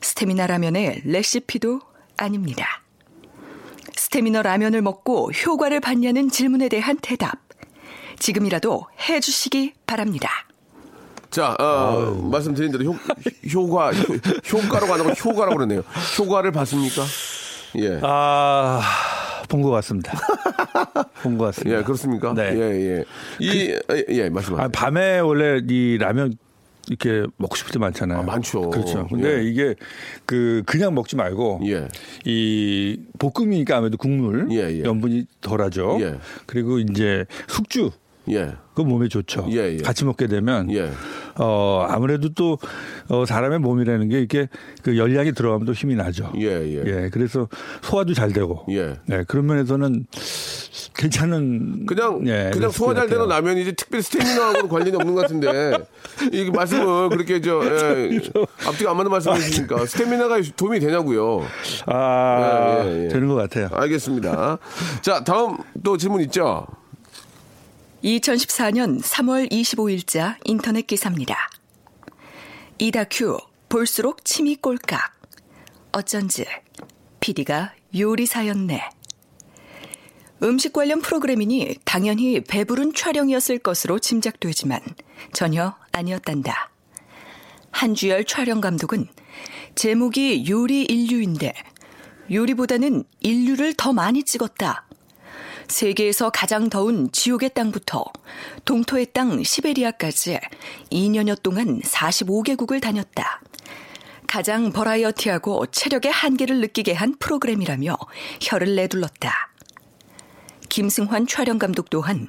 Speaker 6: 스테미나 라면의 레시피도 아닙니다. 스테미너 라면을 먹고 효과를 봤냐는 질문에 대한 대답. 지금이라도 해주시기 바랍니다.
Speaker 2: 자, 어, 말씀드린 대로 효, 효과, 효, 효과라고 안 하고 효과라고 그러네요. 효과를 봤습니까? 예.
Speaker 5: 아, 본 것 같습니다. 본 것 같습니다.
Speaker 2: 예, 그렇습니까?
Speaker 5: 네.
Speaker 2: 예, 예. 이, 예, 예, 말씀하세요.
Speaker 5: 아, 밤에 원래 이 라면 이렇게 먹고 싶을 때 많잖아요.
Speaker 2: 아, 많죠.
Speaker 5: 그렇죠. 근데
Speaker 2: 예.
Speaker 5: 이게 그 그냥 먹지 말고
Speaker 2: 예.
Speaker 5: 이 볶음이니까 아무래도 국물
Speaker 2: 예, 예.
Speaker 5: 염분이 덜하죠.
Speaker 2: 예.
Speaker 5: 그리고 이제 숙주
Speaker 2: 예.
Speaker 5: 그 몸에 좋죠.
Speaker 2: 예, 예.
Speaker 5: 같이 먹게 되면
Speaker 2: 예.
Speaker 5: 어 아무래도 또 어, 사람의 몸이라는 게 이렇게 그 열량이 들어가면 또 힘이 나죠.
Speaker 2: 예, 예.
Speaker 5: 그래서 소화도 잘 되고.
Speaker 2: 예.
Speaker 5: 네, 그런 면에서는 괜찮은
Speaker 2: 그냥
Speaker 5: 예,
Speaker 2: 그냥
Speaker 5: 레시피
Speaker 2: 소화 잘 되는
Speaker 5: 같아요.
Speaker 2: 라면이지 특별히 스테미너하고는 관련이 없는 것 같은데 이 말씀을 그렇게 저 예, 앞뒤가 안 맞는 말씀을 주시니까
Speaker 5: 네.
Speaker 2: 스테미너가 도움이 되냐고요.
Speaker 5: 아,
Speaker 2: 예, 예, 예.
Speaker 5: 되는 것 같아요.
Speaker 2: 알겠습니다. 자 다음 또 질문 있죠.
Speaker 6: 2014년 3월 25일자 인터넷 기사입니다. 이다큐 볼수록 침이 꼴깍. 어쩐지 PD가 요리사였네. 음식 관련 프로그램이니 당연히 배부른 촬영이었을 것으로 짐작되지만 전혀 아니었단다. 한주열 촬영 감독은 제목이 요리 인류인데 요리보다는 인류를 더 많이 찍었다. 세계에서 가장 더운 지옥의 땅부터 동토의 땅 시베리아까지 2년여 동안 45개국을 다녔다. 가장 버라이어티하고 체력의 한계를 느끼게 한 프로그램이라며 혀를 내둘렀다. 김승환 촬영 감독 또한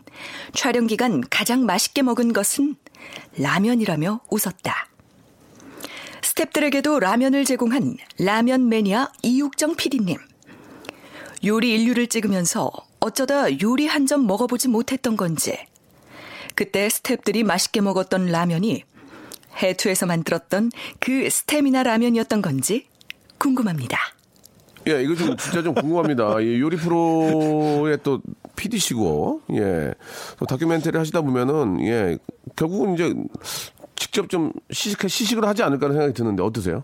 Speaker 6: 촬영 기간 가장 맛있게 먹은 것은 라면이라며 웃었다. 스탭들에게도 라면을 제공한 라면 매니아 이육정 PD님. 요리 인류를 찍으면서 어쩌다 요리 한 점 먹어보지 못했던 건지. 그때 스탭들이 맛있게 먹었던 라면이 해투에서 만들었던 그 스테미나 라면이었던 건지 궁금합니다.
Speaker 2: 예, 이거 좀 진짜 좀 궁금합니다. 이 요리 프로의 또 PD시고, 예, 또 다큐멘터리 하시다 보면은, 예, 결국은 이제 직접 좀 시식, 시식을 하지 않을까 하는 생각이 드는데 어떠세요?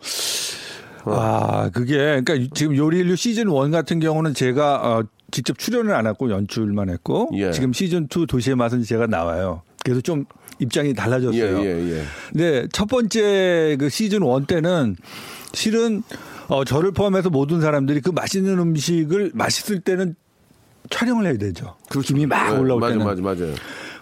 Speaker 5: 아, 그게 그러니까 지금 요리인류 시즌 원 같은 경우는 제가 어, 직접 출연을 안 했고 연출만 했고
Speaker 2: 예.
Speaker 5: 지금 시즌 투 도시의 맛은 제가 나와요. 그래서 좀 입장이 달라졌어요.
Speaker 2: 예, 예, 예.
Speaker 5: 네, 첫 번째 그 시즌 원 때는 실은 어, 저를 포함해서 모든 사람들이 그 맛있는 음식을 맛있을 때는 촬영을 해야 되죠. 김이 막
Speaker 2: 예,
Speaker 5: 올라올
Speaker 2: 맞아,
Speaker 5: 때는.
Speaker 2: 맞아, 맞아요.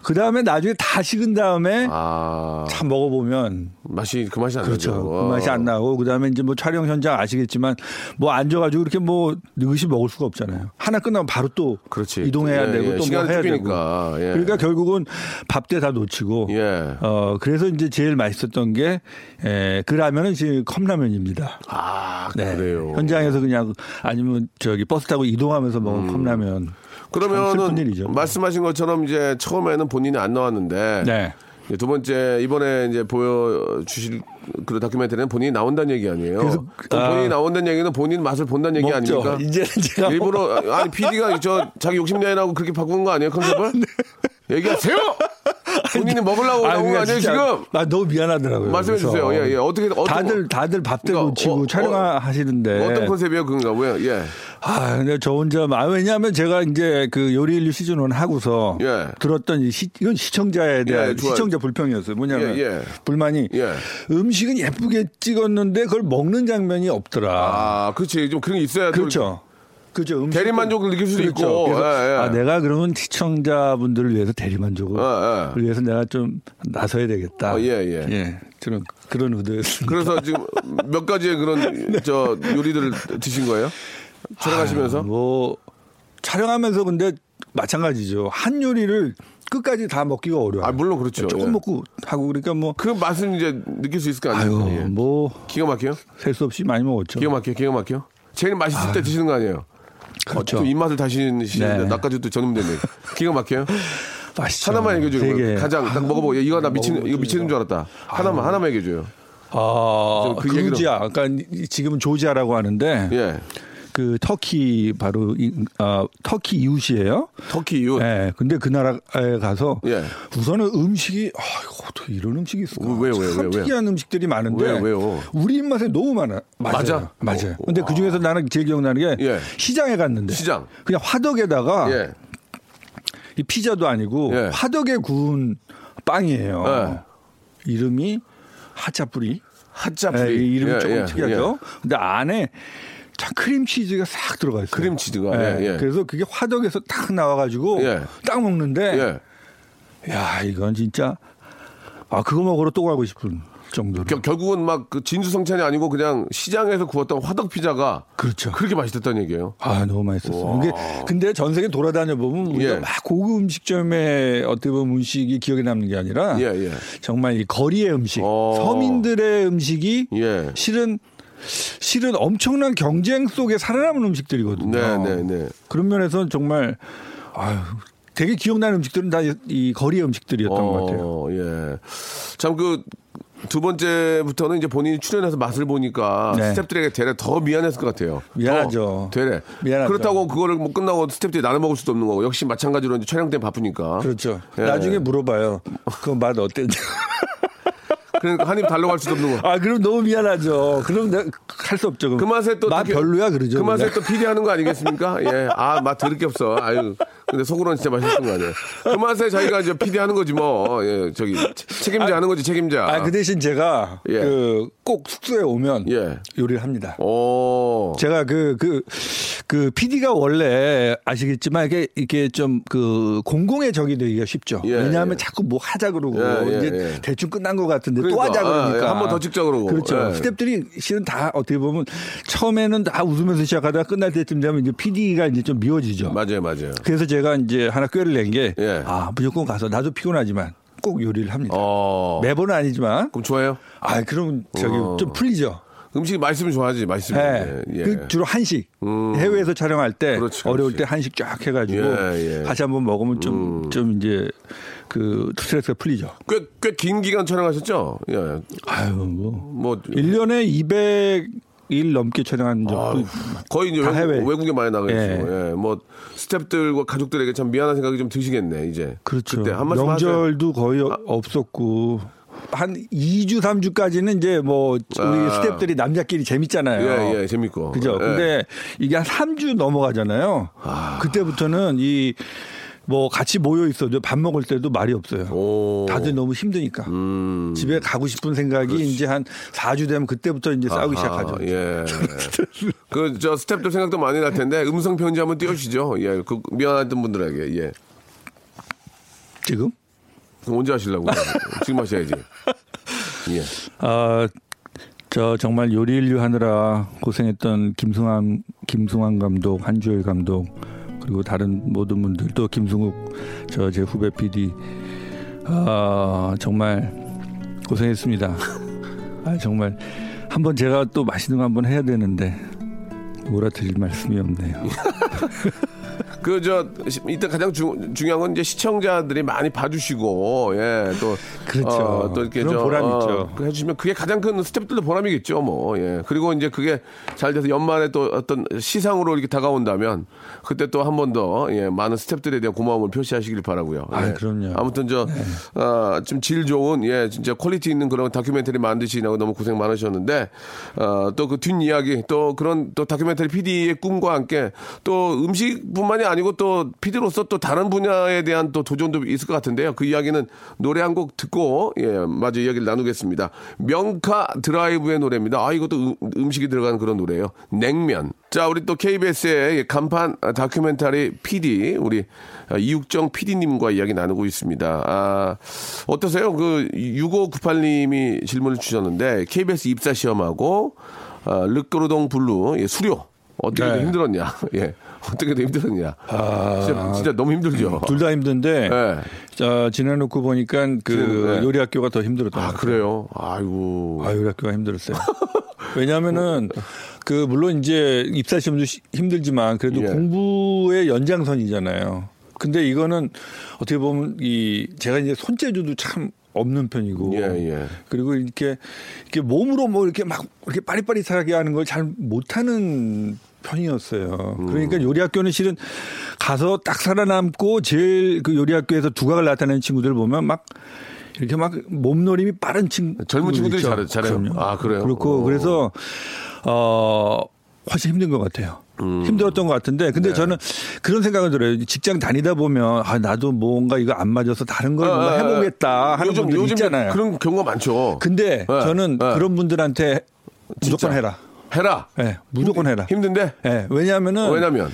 Speaker 5: 그 다음에 나중에 다 식은 다음에
Speaker 2: 아,
Speaker 5: 참 먹어보면
Speaker 2: 맛이 그 맛이 안
Speaker 5: 그렇죠.
Speaker 2: 나죠.
Speaker 5: 그 맛이 안 나고 그다음에 이제 뭐 촬영 현장 아시겠지만 뭐 앉아가지고 이렇게 뭐 느긋이 먹을 수가 없잖아요. 하나 끝나면 바로 또
Speaker 2: 그렇지.
Speaker 5: 이동해야
Speaker 2: 예, 예.
Speaker 5: 되고 또 뭐
Speaker 2: 시간이
Speaker 5: 해야
Speaker 2: 쫓기니까.
Speaker 5: 되고.
Speaker 2: 예.
Speaker 5: 그러니까 결국은 밥 때 다 놓치고.
Speaker 2: 예.
Speaker 5: 어 그래서 이제 제일 맛있었던 예, 게그 라면은 지금 컵라면입니다.
Speaker 2: 아,
Speaker 5: 네.
Speaker 2: 그래요.
Speaker 5: 현장에서 그냥 아니면 저기 버스 타고 이동하면서 먹은
Speaker 2: 음.
Speaker 5: 컵라면. 참 슬픈 일이죠.
Speaker 2: 그러면은 말씀하신 것처럼 이제 처음에는 본인이 안 나왔는데
Speaker 5: 네.
Speaker 2: 이제 두 번째 이번에 이제 보여주실 그 다큐멘터리는 본인이 나온다는 얘기 아니에요.
Speaker 5: 그래서-
Speaker 2: 또
Speaker 5: 아.
Speaker 2: 본인이 나온다는 얘기는 본인 맛을 본다는 얘기
Speaker 5: 먹죠.
Speaker 2: 아닙니까?
Speaker 5: 이제는 제가
Speaker 2: 일부러 아니 PD가 저 자기 욕심 내라고 그렇게 바꾼 거 아니에요 컨셉을? 얘기하세요. 본인이 먹으려고
Speaker 5: 네. 아,
Speaker 2: 나온 거
Speaker 5: 그러니까
Speaker 2: 아니에요
Speaker 5: 진짜
Speaker 2: 지금?
Speaker 5: 나 너무 미안하더라고요.
Speaker 2: 말씀해
Speaker 5: 그래서.
Speaker 2: 주세요. 예, 예. 어떻게 어떤
Speaker 5: 다들 다들 밥 대고
Speaker 2: 그러니까
Speaker 5: 치고
Speaker 2: 어,
Speaker 5: 촬영하시는데
Speaker 2: 어떤 컨셉이에요 그건가 왜요? 예.
Speaker 5: 아, 근데 저 혼자 아 왜냐하면 제가 이제 그 요리 인류 시즌 1 하고서
Speaker 2: 예.
Speaker 5: 들었던 이 시, 이건 시청자에 대한
Speaker 2: 예, 좋아요.
Speaker 5: 시청자 불평이었어요. 뭐냐면
Speaker 2: 예, 예.
Speaker 5: 불만이
Speaker 2: 예.
Speaker 5: 음식은 예쁘게 찍었는데 그걸 먹는 장면이 없더라.
Speaker 2: 아, 그렇지. 좀 그런 게 있어야 또
Speaker 5: 그렇죠. 그죠. 음식
Speaker 2: 대리만족을 느낄 수도
Speaker 5: 그렇죠.
Speaker 2: 있고.
Speaker 5: 그래서
Speaker 2: 예, 예.
Speaker 5: 아, 내가 그러면 시청자분들을 위해서 대리만족을
Speaker 2: 예, 예.
Speaker 5: 위해서 내가 좀 나서야 되겠다.
Speaker 2: 아, 예, 예.
Speaker 5: 저는 그런 의도였습니다.
Speaker 2: 그래서 지금 몇 가지의
Speaker 5: 네.
Speaker 2: 그런 저 요리들을 드신 거예요?
Speaker 5: 아,
Speaker 2: 촬영하시면서?
Speaker 5: 뭐 촬영하면서 근데 마찬가지죠. 한 요리를 끝까지 다 먹기가 어려워.
Speaker 2: 아, 물론 그렇죠.
Speaker 5: 조금
Speaker 2: 예.
Speaker 5: 먹고 하고 그러니까 뭐
Speaker 2: 그 맛은 이제 느낄 수 있을 거 아니에요?
Speaker 5: 아유
Speaker 2: 예.
Speaker 5: 뭐
Speaker 2: 기가 막혀요?
Speaker 5: 셀 수 없이 많이 먹었죠.
Speaker 2: 기가 막혀요? 기가 막혀요? 제일 맛있을 때 드시는 거 아니에요?
Speaker 5: 그렇죠.
Speaker 2: 또 입맛을 다시시는데
Speaker 5: 네.
Speaker 2: 나까지 또 전염됐네. 기가 막혀요?
Speaker 5: 맛있죠.
Speaker 2: 하나만 얘기해 줘요.
Speaker 5: 되게. 아,
Speaker 2: 가장 딱 먹어보고 야, 이거 나 미친 이거 미치는 줄 알았다. 하나만 하나만 얘기해 줘요.
Speaker 5: 아,
Speaker 2: 그 얘기로.
Speaker 5: 그루지아. 그러니까 이- 지금은 조지아라고 하는데
Speaker 2: 예,
Speaker 5: 그 터키 바로 이, 아, 터키 이웃이에요.
Speaker 2: 터키 이웃.
Speaker 5: 예. 근데 그 나라에 가서
Speaker 2: 예.
Speaker 5: 우선은 음식이 아, 이거 어떻게 이런 음식이 있을까?
Speaker 2: 왜요, 왜요,
Speaker 5: 참
Speaker 2: 왜요, 왜요?
Speaker 5: 특이한 음식들이 많은데
Speaker 2: 왜요, 왜요?
Speaker 5: 우리 입맛에 너무 많아. 맞아요.
Speaker 2: 맞아?
Speaker 5: 맞아요.
Speaker 2: 오,
Speaker 5: 근데 그 중에서 나는 제일 기억나는 게
Speaker 2: 예.
Speaker 5: 시장에 갔는데
Speaker 2: 시장.
Speaker 5: 그냥 화덕에다가
Speaker 2: 예,
Speaker 5: 이 피자도 아니고
Speaker 2: 예.
Speaker 5: 화덕에 구운 빵이에요.
Speaker 2: 예.
Speaker 5: 이름이 하차뿌리.
Speaker 2: 핫짜프리.
Speaker 5: 예, 이 이름이
Speaker 2: 예,
Speaker 5: 조금
Speaker 2: 예,
Speaker 5: 특이하죠. 근데 안에 참 크림 치즈가 싹 들어가 있어요.
Speaker 2: 크림 치즈가, 예, 예.
Speaker 5: 그래서 그게 화덕에서 딱 나와가지고
Speaker 2: 예.
Speaker 5: 딱
Speaker 2: 예.
Speaker 5: 먹는데
Speaker 2: 예.
Speaker 5: 야 이건 진짜 아 그거 먹으러 또 가고 싶은 정도로
Speaker 2: 겨- 결국은 막 그 진수성찬이 아니고 그냥 시장에서 구웠던 화덕 피자가
Speaker 5: 그렇죠.
Speaker 2: 그렇게 맛있었다는 얘기예요.
Speaker 5: 아 너무 맛있었어. 이게 근데 전 세계 돌아다녀 보면 우리가
Speaker 2: 예.
Speaker 5: 막 고급 음식점에 어떻게 보면 음식이 기억에 남는 게 아니라
Speaker 2: 예, 예.
Speaker 5: 정말 이 거리의 음식,
Speaker 2: 어.
Speaker 5: 서민들의 음식이
Speaker 2: 예.
Speaker 5: 실은 실은 엄청난 경쟁 속에 살아남은 음식들이거든요.
Speaker 2: 네, 네, 네.
Speaker 5: 그런 면에서 정말 아유, 되게 기억나는 음식들은 다 이 거리의 음식들이었던 것 같아요.
Speaker 2: 어, 예. 참 그 두 번째부터는 이제 본인이 출연해서 맛을 보니까
Speaker 5: 네.
Speaker 2: 스탭들에게 되레 더 미안했을 것 같아요.
Speaker 5: 미안하죠.
Speaker 2: 더 되레.
Speaker 5: 미안하죠.
Speaker 2: 그렇다고 그거를 뭐 끝나고 스탭들이 나눠 먹을 수도 없는 거고 역시 마찬가지로 이제 촬영 때 바쁘니까.
Speaker 5: 그렇죠.
Speaker 2: 예.
Speaker 5: 나중에 물어봐요. 그 맛 어땠냐?
Speaker 2: 그러니까 한입 달라고 할 수도 없는 거.
Speaker 5: 아 그럼 너무 미안하죠. 그럼 할 수 없죠. 그럼.
Speaker 2: 그 맛에 또
Speaker 5: 맛
Speaker 2: 되게-
Speaker 5: 별로야 그러죠.
Speaker 2: 그 맛에
Speaker 5: 그냥.
Speaker 2: 또 피디하는 거 아니겠습니까? 예. 아, 맛 더럽게 없어. 아유. 근데 속으로는 진짜 맛있었던 거 아니에요. 그 맛에 자기가 이제 피디하는 거지 뭐. 예. 저기 책임자 하는 거지 책임자.
Speaker 5: 아, 그 대신 제가
Speaker 2: 예.
Speaker 5: 그 꼭 숙소에 오면
Speaker 2: 예.
Speaker 5: 요리를 합니다.
Speaker 2: 오.
Speaker 5: 제가 그, 그, 그, PD가 원래 아시겠지만 이게, 이게 좀 그 공공의 적이 되기가 쉽죠.
Speaker 2: 예,
Speaker 5: 왜냐하면
Speaker 2: 예.
Speaker 5: 자꾸 뭐 하자 그러고
Speaker 2: 예, 예,
Speaker 5: 이제
Speaker 2: 예.
Speaker 5: 대충 끝난 것 같은데 또
Speaker 2: 그러니까,
Speaker 5: 하자
Speaker 2: 아,
Speaker 5: 그러니까.
Speaker 2: 예, 한번더 찍자 그러고.
Speaker 5: 그렇죠.
Speaker 2: 예.
Speaker 5: 스탭들이 실은 다 어떻게 보면 처음에는 다 웃으면서 시작하다가 끝날 때쯤 되면 이제 PD가 이제 좀 미워지죠.
Speaker 2: 맞아요, 맞아요.
Speaker 5: 그래서 제가 이제 하나 꾀를 낸 게
Speaker 2: 예.
Speaker 5: 아, 무조건 가서 나도 피곤하지만 꼭 요리를 합니다.
Speaker 2: 어.
Speaker 5: 매번은 아니지만
Speaker 2: 그럼 좋아요?
Speaker 5: 아, 그럼 저기
Speaker 2: 어.
Speaker 5: 좀 풀리죠.
Speaker 2: 음식이 맛있으면 좋아하지, 맛있으면.
Speaker 5: 예.
Speaker 2: 예, 예.
Speaker 5: 그 주로 한식. 해외에서 촬영할 때
Speaker 2: 그렇지,
Speaker 5: 어려울
Speaker 2: 그렇지.
Speaker 5: 때 한식 쫙 해가지고
Speaker 2: 예, 음. 예.
Speaker 5: 같이 한번 먹으면 좀, 좀 이제 그 스트레스가 풀리죠.
Speaker 2: 꽤, 꽤 긴 기간 촬영하셨죠? 예.
Speaker 5: 아유, 뭐.
Speaker 2: 뭐.
Speaker 5: 1년에 200일 넘게 촬영한 적도
Speaker 2: 아유, 거의 이제
Speaker 5: 다
Speaker 2: 외국,
Speaker 5: 해외.
Speaker 2: 외국에 많이 나가 계시고,
Speaker 5: 예.
Speaker 2: 예. 뭐, 스탭들과 가족들에게 참 미안한 생각이 좀 드시겠네, 이제.
Speaker 5: 그렇죠.
Speaker 2: 때한 말씀 하세요. 아.
Speaker 5: 명절도 거의 어- 없었고 한 2주 3주까지는 이제 뭐 우리
Speaker 2: 아.
Speaker 5: 스탭들이 남자끼리 재밌잖아요.
Speaker 2: 예, 예, 재밌고.
Speaker 5: 그죠.
Speaker 2: 예.
Speaker 5: 근데 이게 한 3주 넘어가잖아요. 그때부터는 이 뭐 같이 모여 있어도 밥 먹을 때도 말이 없어요.
Speaker 2: 오.
Speaker 5: 다들 너무 힘드니까
Speaker 2: 음.
Speaker 5: 집에 가고 싶은 생각이 이제 한 4주 되면 그때부터 이제 싸우기 시작하죠.
Speaker 2: 아, 예. 그, 저, 스탭들 생각도 많이 날 텐데, 음성편지 한번 띄워주시죠. 예. 그, 미안했던 분들에게, 예.
Speaker 5: 지금
Speaker 2: 그럼 언제 하시려고? 지금 하셔야지. 예.
Speaker 5: 아, 저 정말 요리 인류 하느라 고생했던 김승환 김승환 감독, 한주열 감독 그리고 다른 모든 분들 또 김승욱 저 제 후배 PD 아, 정말 고생했습니다. 아, 정말 한번 제가 또 맛있는 거 한번 해야 되는데 몰아드릴 말씀이 없네요.
Speaker 2: 그 저 일단 가장 중, 중요한 건 이제 시청자들이 많이 봐주시고 예또
Speaker 5: 그렇죠.
Speaker 2: 또 이렇게
Speaker 5: 그런
Speaker 2: 저,
Speaker 5: 보람이
Speaker 2: 어,
Speaker 5: 있죠.
Speaker 2: 그 해주시면 그게 가장 큰 스태프들도 보람이겠죠 뭐예 그리고 이제 그게 잘 돼서 연말에 또 어떤 시상으로 이렇게 다가온다면 그때 또 한 번 더 예, 많은 스태프들에 대한 고마움을 표시하시길 바라고요
Speaker 5: 아,
Speaker 2: 예.
Speaker 5: 그럼요.
Speaker 2: 아무튼 저좀질 좋은 예 진짜 퀄리티 있는 그런 다큐멘터리 만드시느라고 너무 고생 많으셨는데 또 그 뒷이야기 또 그런 또 다큐멘터리 PD의 꿈과 함께 또 음식뿐만이 아니고 또 PD로서 또 다른 분야에 대한 또 도전도 있을 것 같은데요. 그 이야기는 노래 한 곡 듣고 예 마저 이야기를 나누겠습니다. 명카 드라이브의 노래입니다. 아 이것도 음, 식이 들어간 그런 노래예요. 냉면. 자 우리 또 KBS의 간판 다큐멘터리 PD 우리 아, 이육정 PD님과 이야기 나누고 있습니다. 아, 어떠세요? 그 6598님이 질문을 주셨는데 KBS 입사 시험하고 아, 르꼬르동 블루 예, 수료 어떻게 더
Speaker 5: 네. 아.
Speaker 2: 힘들었냐? 예, 어떻게 더 힘들었냐? 진짜, 진짜 너무 힘들죠.
Speaker 5: 음, 둘 다 힘든데
Speaker 2: 네.
Speaker 5: 자, 지내놓고 보니까 그
Speaker 2: 지내놓고, 네.
Speaker 5: 요리학교가 더 힘들었던
Speaker 2: 아
Speaker 5: 것 같아요.
Speaker 2: 그래요? 아이고.
Speaker 5: 아, 요리학교가 힘들었어요. 왜냐하면은 그 물론 이제 입사 시험도 시- 힘들지만 그래도
Speaker 2: 예.
Speaker 5: 공부의 연장선이잖아요. 근데 이거는 어떻게 보면 이 제가 이제 손재주도 참 없는 편이고
Speaker 2: 예, 예.
Speaker 5: 그리고 이렇게 이렇게 몸으로 뭐 이렇게 막 이렇게 빠릿빠릿하게 하는 걸 잘 못하는 편이었어요.
Speaker 2: 음.
Speaker 5: 그러니까 요리학교는 실은 가서 딱 살아남고 제일 그 요리학교에서 두각을 나타내는 친구들 보면 막 이렇게 막 몸놀림이 빠른 친구
Speaker 2: 젊은 친구들이
Speaker 5: 있죠.
Speaker 2: 잘- 잘해요.
Speaker 5: 그렇죠. 그럼요.
Speaker 2: 아, 그래요?
Speaker 5: 그렇고
Speaker 2: 오.
Speaker 5: 그래서 어 훨씬 힘든 것 같아요.
Speaker 2: 음.
Speaker 5: 힘들었던 것 같은데
Speaker 2: 네.
Speaker 5: 근데 저는 그런 생각을 들어요. 직장 다니다 보면 아 나도 뭔가 이거 안 맞아서 다른 걸 뭔가
Speaker 2: 아, 아, 아.
Speaker 5: 해보겠다 하는
Speaker 2: 요즘,
Speaker 5: 분들
Speaker 2: 요즘
Speaker 5: 있잖아요.
Speaker 2: 그런 경우가 많죠.
Speaker 5: 근데
Speaker 2: 예,
Speaker 5: 저는
Speaker 2: 예.
Speaker 5: 그런 분들한테
Speaker 2: 진짜.
Speaker 5: 무조건 해라.
Speaker 2: 해라.
Speaker 5: 예, 무조건 해라.
Speaker 2: 힘든데?
Speaker 5: 예, 왜냐하면은
Speaker 2: 왜냐면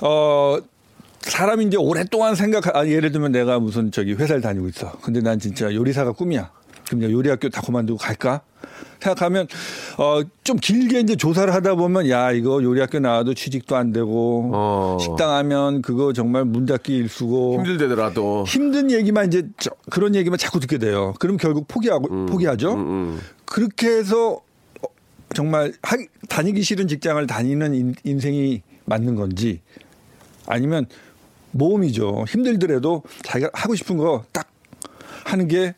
Speaker 5: 어 사람이 이제 오랫동안 생각 아 예를 들면 내가 무슨 저기 회사를 다니고 있어. 근데 난 진짜 요리사가 꿈이야. 그럼 이제 요리학교 다 그만두고 갈까? 생각하면 어 좀 길게 이제 조사를 하다 보면 야 이거 요리학교 나와도 취직도 안 되고
Speaker 2: 어.
Speaker 5: 식당 하면 그거 정말 문 닫기 일수고
Speaker 2: 힘들대더라도
Speaker 5: 힘든 얘기만 이제 저- 그런 얘기만 자꾸 듣게 돼요. 그럼 결국 포기하고
Speaker 2: 음,
Speaker 5: 포기하죠. 그렇게 해서 어, 정말 하, 다니기 싫은 직장을 다니는 인, 인생이 맞는 건지 아니면 모험이죠. 힘들더라도 자기가 하고 싶은 거 딱 하는 게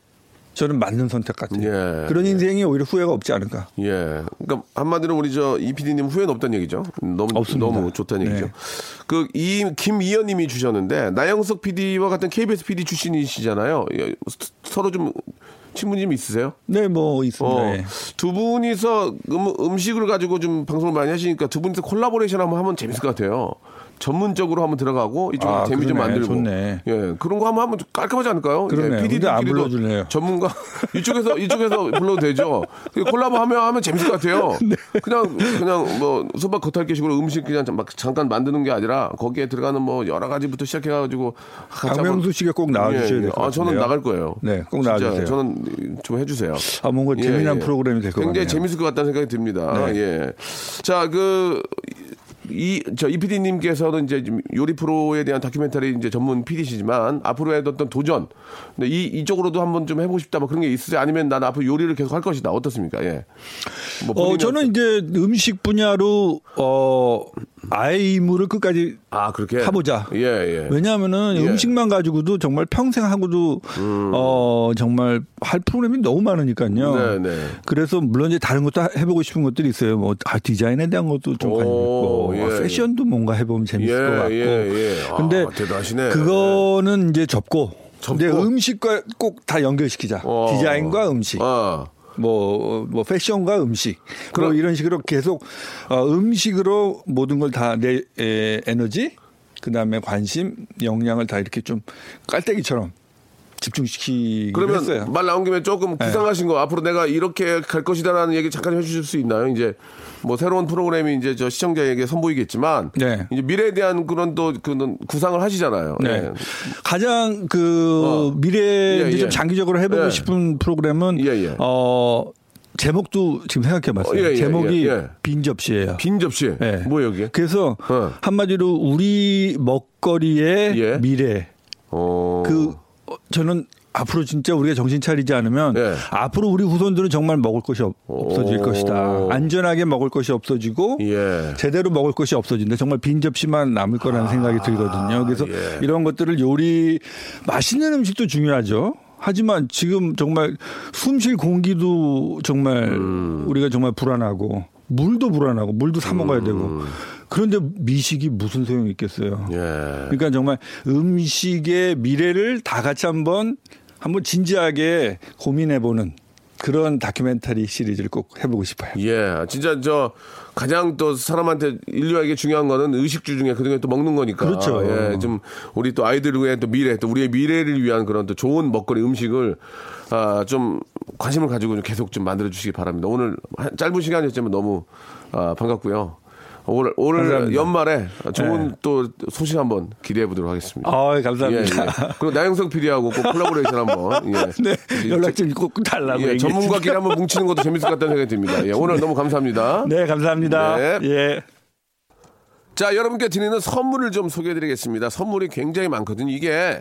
Speaker 5: 저는 맞는 선택 같아요.
Speaker 2: 예,
Speaker 5: 그런 인생이 오히려 후회가 없지 않을까.
Speaker 2: 예. 그러니까 한마디로 우리 저 이피디님 후회는 없다는 얘기죠. 너무
Speaker 5: 없습니다.
Speaker 2: 너무 좋다는 얘기죠. 그
Speaker 5: 네.
Speaker 2: 예,
Speaker 5: 네, 뭐 있습니다.
Speaker 2: 어,
Speaker 5: 예.
Speaker 2: 두 분이서 음, 식을 가지고 좀 방송을 많이 하시니까 두 분이서 콜라보레이션 한번 하면 재밌을 것 같아요. 전문적으로 한번 들어가고 이쪽으로
Speaker 5: 아,
Speaker 2: 재미 좀
Speaker 5: 그러네.
Speaker 2: 만들고
Speaker 5: 좋네.
Speaker 2: 예 그런 거 한번 하면 좀 깔끔하지 않을까요?
Speaker 5: 그러네.
Speaker 2: 예,
Speaker 5: 근데 안
Speaker 2: PD들끼리도
Speaker 5: 불러주네요.
Speaker 2: 전문가 이쪽에서 이쪽에서 불러도 되죠. 그 콜라보 하면 하면 재밌을 것 같아요.
Speaker 5: 네.
Speaker 2: 그냥 그냥 뭐 소박 겉핥기식으로 음식 그냥 막 잠깐 만드는 게 아니라 거기에 들어가는 뭐 여러 가지부터 시작해가지고 같이 한번-
Speaker 5: 박명수 씨가 꼭 나와주셔야
Speaker 2: 예, 예.
Speaker 5: 될것
Speaker 2: 아, 저는
Speaker 5: 같은데요.
Speaker 2: 나갈 거예요.
Speaker 5: 네, 꼭
Speaker 2: 진짜
Speaker 5: 나와주세요.
Speaker 2: 저는 좀 해주세요. 예,
Speaker 5: 아, 뭔가 재미난 프로그램이 될것
Speaker 2: 굉장히
Speaker 5: 같네요.
Speaker 2: 재밌을 것 같다는 생각이 듭니다.
Speaker 5: 네.
Speaker 2: 예. 자, 그, 이, 저, 이피디님께서는 이제 지금 요리 프로에 대한 다큐멘터리 이제 전문 피디시지만 앞으로의 어떤 도전, 근데 이, 이쪽으로도 한번 좀 해보고 싶다 뭐 그런 게 있으세요? 아니면 난 앞으로 요리를 계속 할 것이다. 어떻습니까? 예. 뭐
Speaker 5: 어,
Speaker 2: 본인이
Speaker 5: 저는 이제 음식 분야로 어 아이 임무를 끝까지
Speaker 2: 아, 그렇게?
Speaker 5: 타보자.
Speaker 2: 예, 예.
Speaker 5: 왜냐하면은
Speaker 2: 예. 음.
Speaker 5: 음식만 가지고도 정말 평생 하고도 어 정말 할 프로그램이 너무 많으니까요.
Speaker 2: 네, 네.
Speaker 5: 그래서 물론 이제 다른 것도 하- 해보고 싶은 것들이 있어요. 뭐 아, 디자인에 대한 것도 좀 관심 있고
Speaker 2: 오, 예.
Speaker 5: 아, 패션도 뭔가 해보면 재밌을
Speaker 2: 예,
Speaker 5: 것 같고.
Speaker 2: 예, 예. 아,
Speaker 5: 근데
Speaker 2: 대단하시네. 예.
Speaker 5: 그거는 이제 접고.
Speaker 2: 접고?
Speaker 5: 근데 음식과 꼭 다 연결시키자.
Speaker 2: 어.
Speaker 5: 디자인과 음식.
Speaker 2: 아.
Speaker 5: 뭐, 뭐 패션과 음식
Speaker 2: 그럼-
Speaker 5: 뭐 이런 식으로 계속 어, 음식으로 모든 걸 다 내 에너지 그다음에 관심 역량을 다 이렇게 좀 깔때기처럼 집중시키기로
Speaker 2: 그러면
Speaker 5: 했어요. 네.
Speaker 2: 말 나온 김에 조금 구상하신 거 앞으로 내가 이렇게 갈 것이다라는 얘기 잠깐 해주실 수 있나요? 이제 뭐 새로운 프로그램이 이제 저 시청자에게 선보이겠지만
Speaker 5: 네.
Speaker 2: 이제 미래에 대한 그런 또 그런 구상을 하시잖아요.
Speaker 5: 네.
Speaker 2: 예.
Speaker 5: 가장 그
Speaker 2: 어.
Speaker 5: 미래에
Speaker 2: 예,
Speaker 5: 이제
Speaker 2: 예.
Speaker 5: 좀 장기적으로 해보고
Speaker 2: 예.
Speaker 5: 싶은 프로그램은
Speaker 2: 예, 예.
Speaker 5: 어 제목도 지금 생각해봤어요.
Speaker 2: 어, 예, 예,
Speaker 5: 제목이
Speaker 2: 예, 예.
Speaker 5: 빈 접시예요.
Speaker 2: 빈 접시.
Speaker 5: 예.
Speaker 2: 뭐예요, 이게?
Speaker 5: 그래서
Speaker 2: 어.
Speaker 5: 한마디로 우리 먹거리의
Speaker 2: 예.
Speaker 5: 미래
Speaker 2: 어.
Speaker 5: 그 어, 저는 앞으로 진짜 우리가 정신 차리지 않으면
Speaker 2: 예.
Speaker 5: 앞으로 우리 후손들은 정말 먹을 것이 없, 어질
Speaker 2: 오.
Speaker 5: 것이다. 안전하게 먹을 것이 없어지고
Speaker 2: 예.
Speaker 5: 제대로 먹을 것이 없어진다. 정말 빈 접시만 남을 거라는 생각이 들거든요. 그래서
Speaker 2: 아, 예.
Speaker 5: 이런 것들을 요리 맛있는 음식도 중요하죠. 하지만 지금 정말 숨 쉴 공기도 정말
Speaker 2: 음.
Speaker 5: 우리가 정말 불안하고 물도 불안하고 물도 사 먹어야 되고 그런데 미식이 무슨 소용이 있겠어요.
Speaker 2: 음. 예.
Speaker 5: 그러니까 정말 음식의 미래를 다 같이 한번 한번 진지하게 고민해보는 그런 다큐멘터리 시리즈를 꼭 해보고 싶어요.
Speaker 2: 예, 진짜 저 가장 또 사람한테 인류에게 중요한 거는 의식주 중에 그중에 또 먹는 거니까.
Speaker 5: 그렇죠.
Speaker 2: 예, 좀 우리 또 아이들을 위한 또 미래, 또 우리의 미래를 위한 그런 또 좋은 먹거리 음식을 아, 좀 관심을 가지고 좀 계속 좀 만들어 주시기 바랍니다. 오늘 한- 짧은 시간이었지만 너무 아, 반갑고요. 오늘 오늘
Speaker 5: 감사합니다. 네.
Speaker 2: 연말에 좋은 또 소식 한번 기대해 보도록 하겠습니다.
Speaker 5: 아,
Speaker 2: 예, 예.
Speaker 5: 감사합니다.
Speaker 2: 그리고 나영석 PD하고 꼭 콜라보레이션 한번. 예.
Speaker 5: 네, 연락 좀 꼭 달라고.
Speaker 2: 예,
Speaker 5: 얘기해 주세요.
Speaker 2: 전문가끼리 한번 뭉치는 것도 재밌을 것 같다는 생각이 듭니다. 예, 오늘 너무 감사합니다.
Speaker 5: 네, 감사합니다.
Speaker 2: 네.
Speaker 5: 예.
Speaker 2: 자, 여러분께 드리는 선물을 좀 소개해드리겠습니다. 선물이 굉장히 많거든요. 이게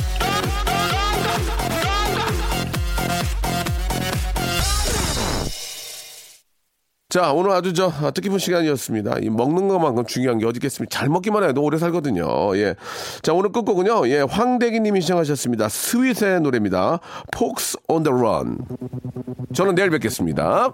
Speaker 2: 자, 오늘 아주 저 아, 뜻깊은 시간이었습니다. 이 먹는 것만큼 중요한 게 어디 있겠습니까? 잘 먹기만 해도 오래 살거든요. 예. 자, 오늘 끝곡은요. 예, 황대기 님이 시청하셨습니다. 스윗의 노래입니다. 폭스 온 더 런. 저는 내일 뵙겠습니다.